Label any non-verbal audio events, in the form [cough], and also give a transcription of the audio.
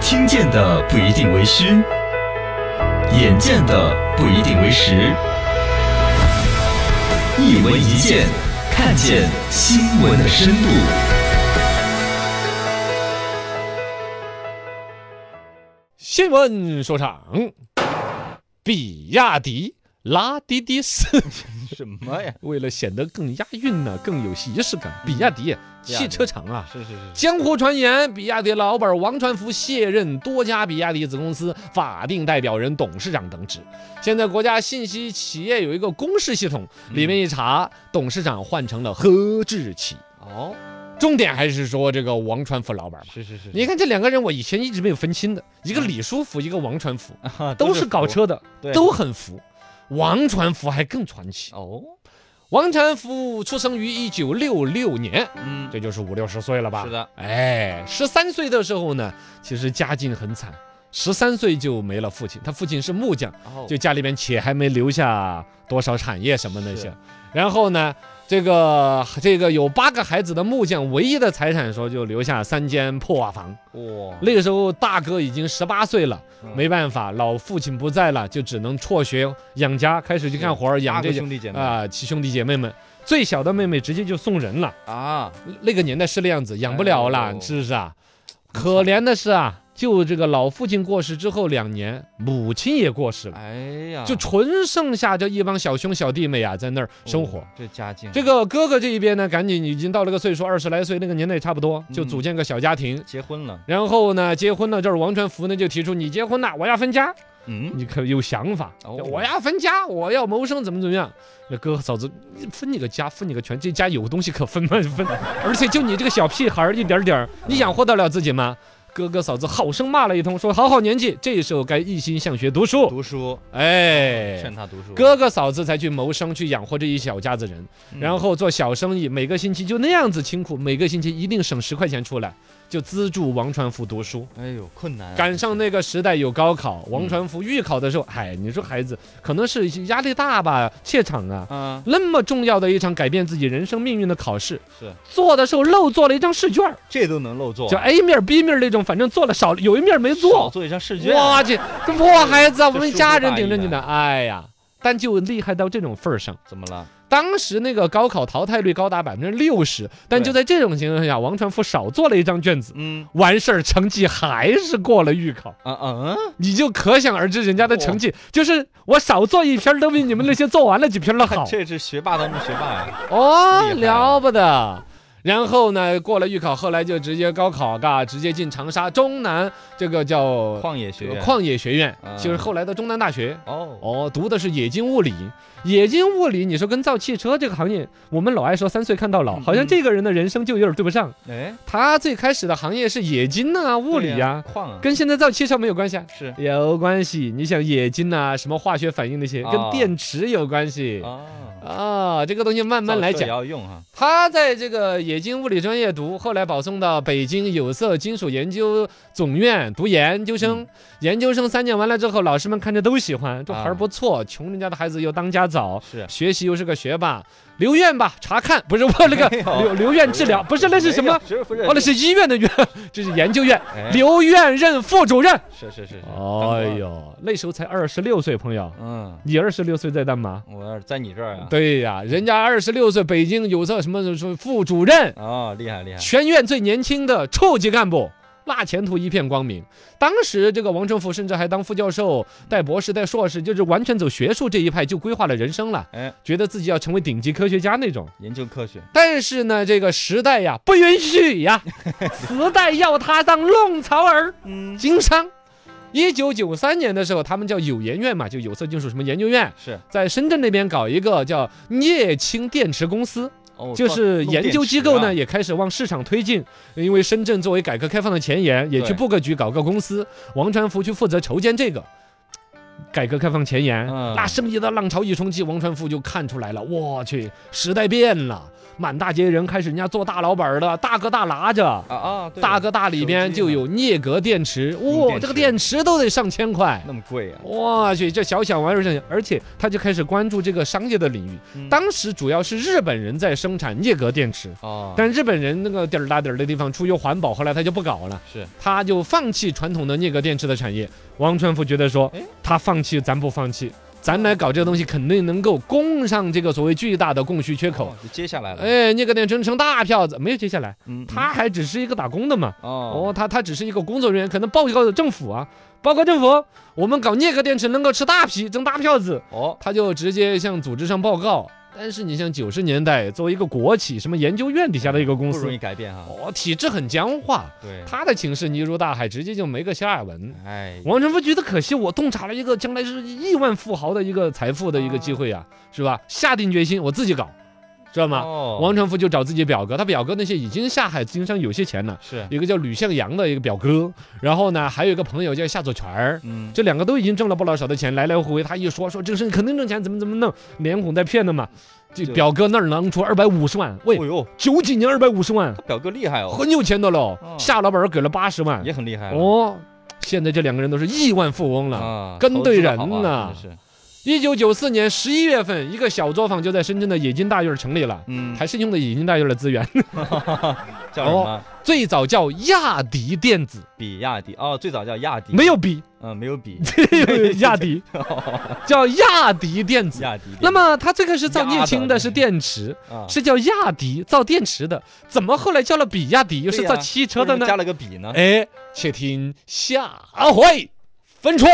听见的不一定为虚，眼见的不一定为实。一闻一见，看见新闻的深度。新闻说唱，比亚迪拉滴滴斯，什么呀？ [laughs] 为了显得更押韵呢、更有仪式感，比亚迪汽车厂啊。是是是，江湖传言，比亚迪老板王传福卸任多家比亚迪子公司法定代表人、董事长等职。现在国家信息企业有一个公示系统，里面一查，董事长换成了何志奇。哦，重点还是说这个王传福老板嘛。是是是，你看这两个人，我以前一直没有分清的，一嗯个李书福，一个王传福。看啊都是搞车的，对都很服。王传福还更传奇。哦，王传福出生于一九六六年，嗯，这就是五六十岁了吧？是。的，哎，十三岁的时候呢，其实家境很惨，十三岁就没了父亲，他父亲是木匠，哦就家里面且还没留下多少产业什么那些是。然后呢，这个这个有八个孩子的木匠，唯一的财产说就留下三间破瓦房。哇，那个时候大哥已经十八岁了，嗯没办法，老父亲不在了，就只能辍学养家，开始去干活儿养八这个些兄弟姐妹啊、其兄弟姐妹们。最小的妹妹直接就送人了，啊，那个年代是那样子，养不了了，哎呦是不是啊？可怜的是啊，就这个老父亲过世之后两年，母亲也过世了，哎呀，就纯剩下这一帮小兄小弟妹啊，在那儿生活。哦这家境，这个哥哥这一边呢，赶紧已经到了个岁数，二十来岁那个年代差不多，就嗯组建个小家庭，结婚了，然后呢，结婚了，这儿王传福呢就提出你结婚了，我要分家，嗯，你可有想法，哦我要分家，我要谋生，怎么怎么样？那哥嫂子分你个家，分你个权，这家有东西可分吗？ [laughs] 分，而且就你这个小屁孩儿一点点儿，你养活得了自己吗？哥哥嫂子好生骂了一通，说好好年纪，这时候该一心向学读书。读书，哦哎，劝他读书，哥哥嫂子才去谋生，去养活这一小家子人，嗯，然后做小生意，每个星期就那样子清苦，每个星期一定省十块钱出来，就资助王传福读书。哎呦，困难啊，赶上那个时代有高考，王传福预考的时候，哎，你说孩子可能是压力大吧，怯场啊。啊，那么重要的一场改变自己人生命运的考试，是做的时候漏做了一张试卷儿，这都能漏做，就 A 面儿 B 面儿那种，反正做了少有一面儿没少做。做一张试卷，啊哇，这这破孩子啊，我这们疏忽家人大顶意着你呢，了哎呀！但就厉害到这种份儿上，怎么了？当时那个高考淘汰率高达百分之六十，但对就在这种情况下，王传福少做了一张卷子，嗯，完事儿成绩还是过了预考。啊啊，嗯你就可想而知人家的成绩，就是我少做一篇儿都比你们那些做完了几篇儿了好 [laughs] 这是学霸当中学霸呀，哦，厉害啊了不得。然后呢，过了预考，后来就直接高考，嘎，直接进长沙中南这个叫旷野学院，矿业学院，啊就是后来的中南大学。哦，哦，读的是冶金物理，冶金物理，你说跟造汽车这个行业，我们老爱说三岁看到老，嗯好像嗯这个人的人生就有点对不上。哎，他最开始的行业是冶金呐、物理对呀、矿啊，跟现在造汽车没有关系啊。是有关系。你想冶金呐、什么化学反应那些，跟哦电池有关系。啊，啊，这个东西慢慢来造车也讲。要用哈，他在这个冶金物理专业读，后来保送到北京有色金属研究总院读研究生。研究生三年完了之后，老师们看着都喜欢，这孩儿嗯啊不错，穷人家的孩子又当家早，是学习又是个学霸，留院吧，查看不是我那个没有留留院治疗，不是那是什么？？没有不是哦，那是医院的院， [laughs] 这是研究院，哎留院任副主任。是是是是。哎当官，呦，那时候才二十六岁，朋友，嗯，你二十六岁在干嘛？我要是在你这儿啊，对呀，人家二十六岁，北京有色什么什么副主任，哦，厉害厉害，全院最年轻的处级干部。那前途一片光明。当时这个王成福甚至还当副教授、带博士、带硕士，就是完全走学术这一派，就规划了人生了，哎，觉得自己要成为顶级科学家那种。研究科学，但是呢，这个时代呀不允许呀，时代要他当弄潮儿。嗯，经商。一九九三年的时候，他们叫有研院嘛，就有色金属什么研究院，是在深圳那边搞一个叫镍氢电池公司，哦，就是弄研究机构呢电池啊也开始往市场推进。因为深圳作为改革开放的前沿，也去对布个局搞个公司，王传福去负责筹建这个。改革开放前沿，嗯那生意的浪潮一冲击，王传福就看出来了，我去，时代变了，满大街人开始人家做大老板儿的，大哥大拿着。啊啊，对大哥大里边就有镍镉电池，哇、电这个池电池都得上千块，那么贵啊，我去，这小小玩意儿，而且他就开始关注这个商业的领域。嗯当时主要是日本人在生产镍镉电池，哦，但日本人那个点儿大点儿的地方出于环保，后来他就不搞了，是他就放弃传统的镍镉电池的产业。王传福觉得说诶，他放弃，咱不放弃，咱来搞这个东西，肯定能够供上这个所谓巨大的供需缺口。哦就接下来了，哎，镍镉电池成大票子，没有接下来，嗯，嗯他还只是一个打工的嘛。哦哦，他他只是一个工作人员，可能报告政府啊，报告政府，我们搞镍镉电池能够吃大批，挣大票子，哦，他就直接向组织上报告。但是你像九十年代作为一个国企，什么研究院底下的一个公不容司易，改变哈，哦，体制很僵化，对，他的情势泥如大海，直接就没个下文。哎，王成福觉得可惜，我洞察了一个将来是亿万富豪的一个财富的一个机会呀、是吧？下定决心我自己搞，知道吗？哦王成福就找自己表哥，他表哥那些已经下海经商有些钱了。是，一个叫吕向阳的一个表哥，然后呢，还有一个朋友叫夏左权儿。嗯，这两个都已经挣了不老少的钱，来来回回，他一说说这个事情肯定挣钱，怎么怎么弄，连哄带骗的嘛。这就表哥那儿能出二百五十万，喂哦，呦，九几年二百五十万，他表哥厉害哦，很有钱的喽。哦夏老板儿给了八十万，也很厉害了哦，现在这两个人都是亿万富翁了。啊，跟投对资得人好啊呐真的是，一九九四年十一月份，一个小作坊就在深圳的冶金大院儿成立了，嗯，还是用的冶金大院儿的资源，叫什么？最早叫亚迪电子，比亚迪哦，最早叫亚迪，没有比，嗯，没 [laughs] 有比亚迪， [laughs] 叫亚迪电子。亚迪。那么它最开始造亚镍的氢的是电池，啊，是叫亚迪造电池的，怎么后来叫了比亚迪，又是对呀造汽车为什的哎么呢？加了个比呢？哎，且听下回分说。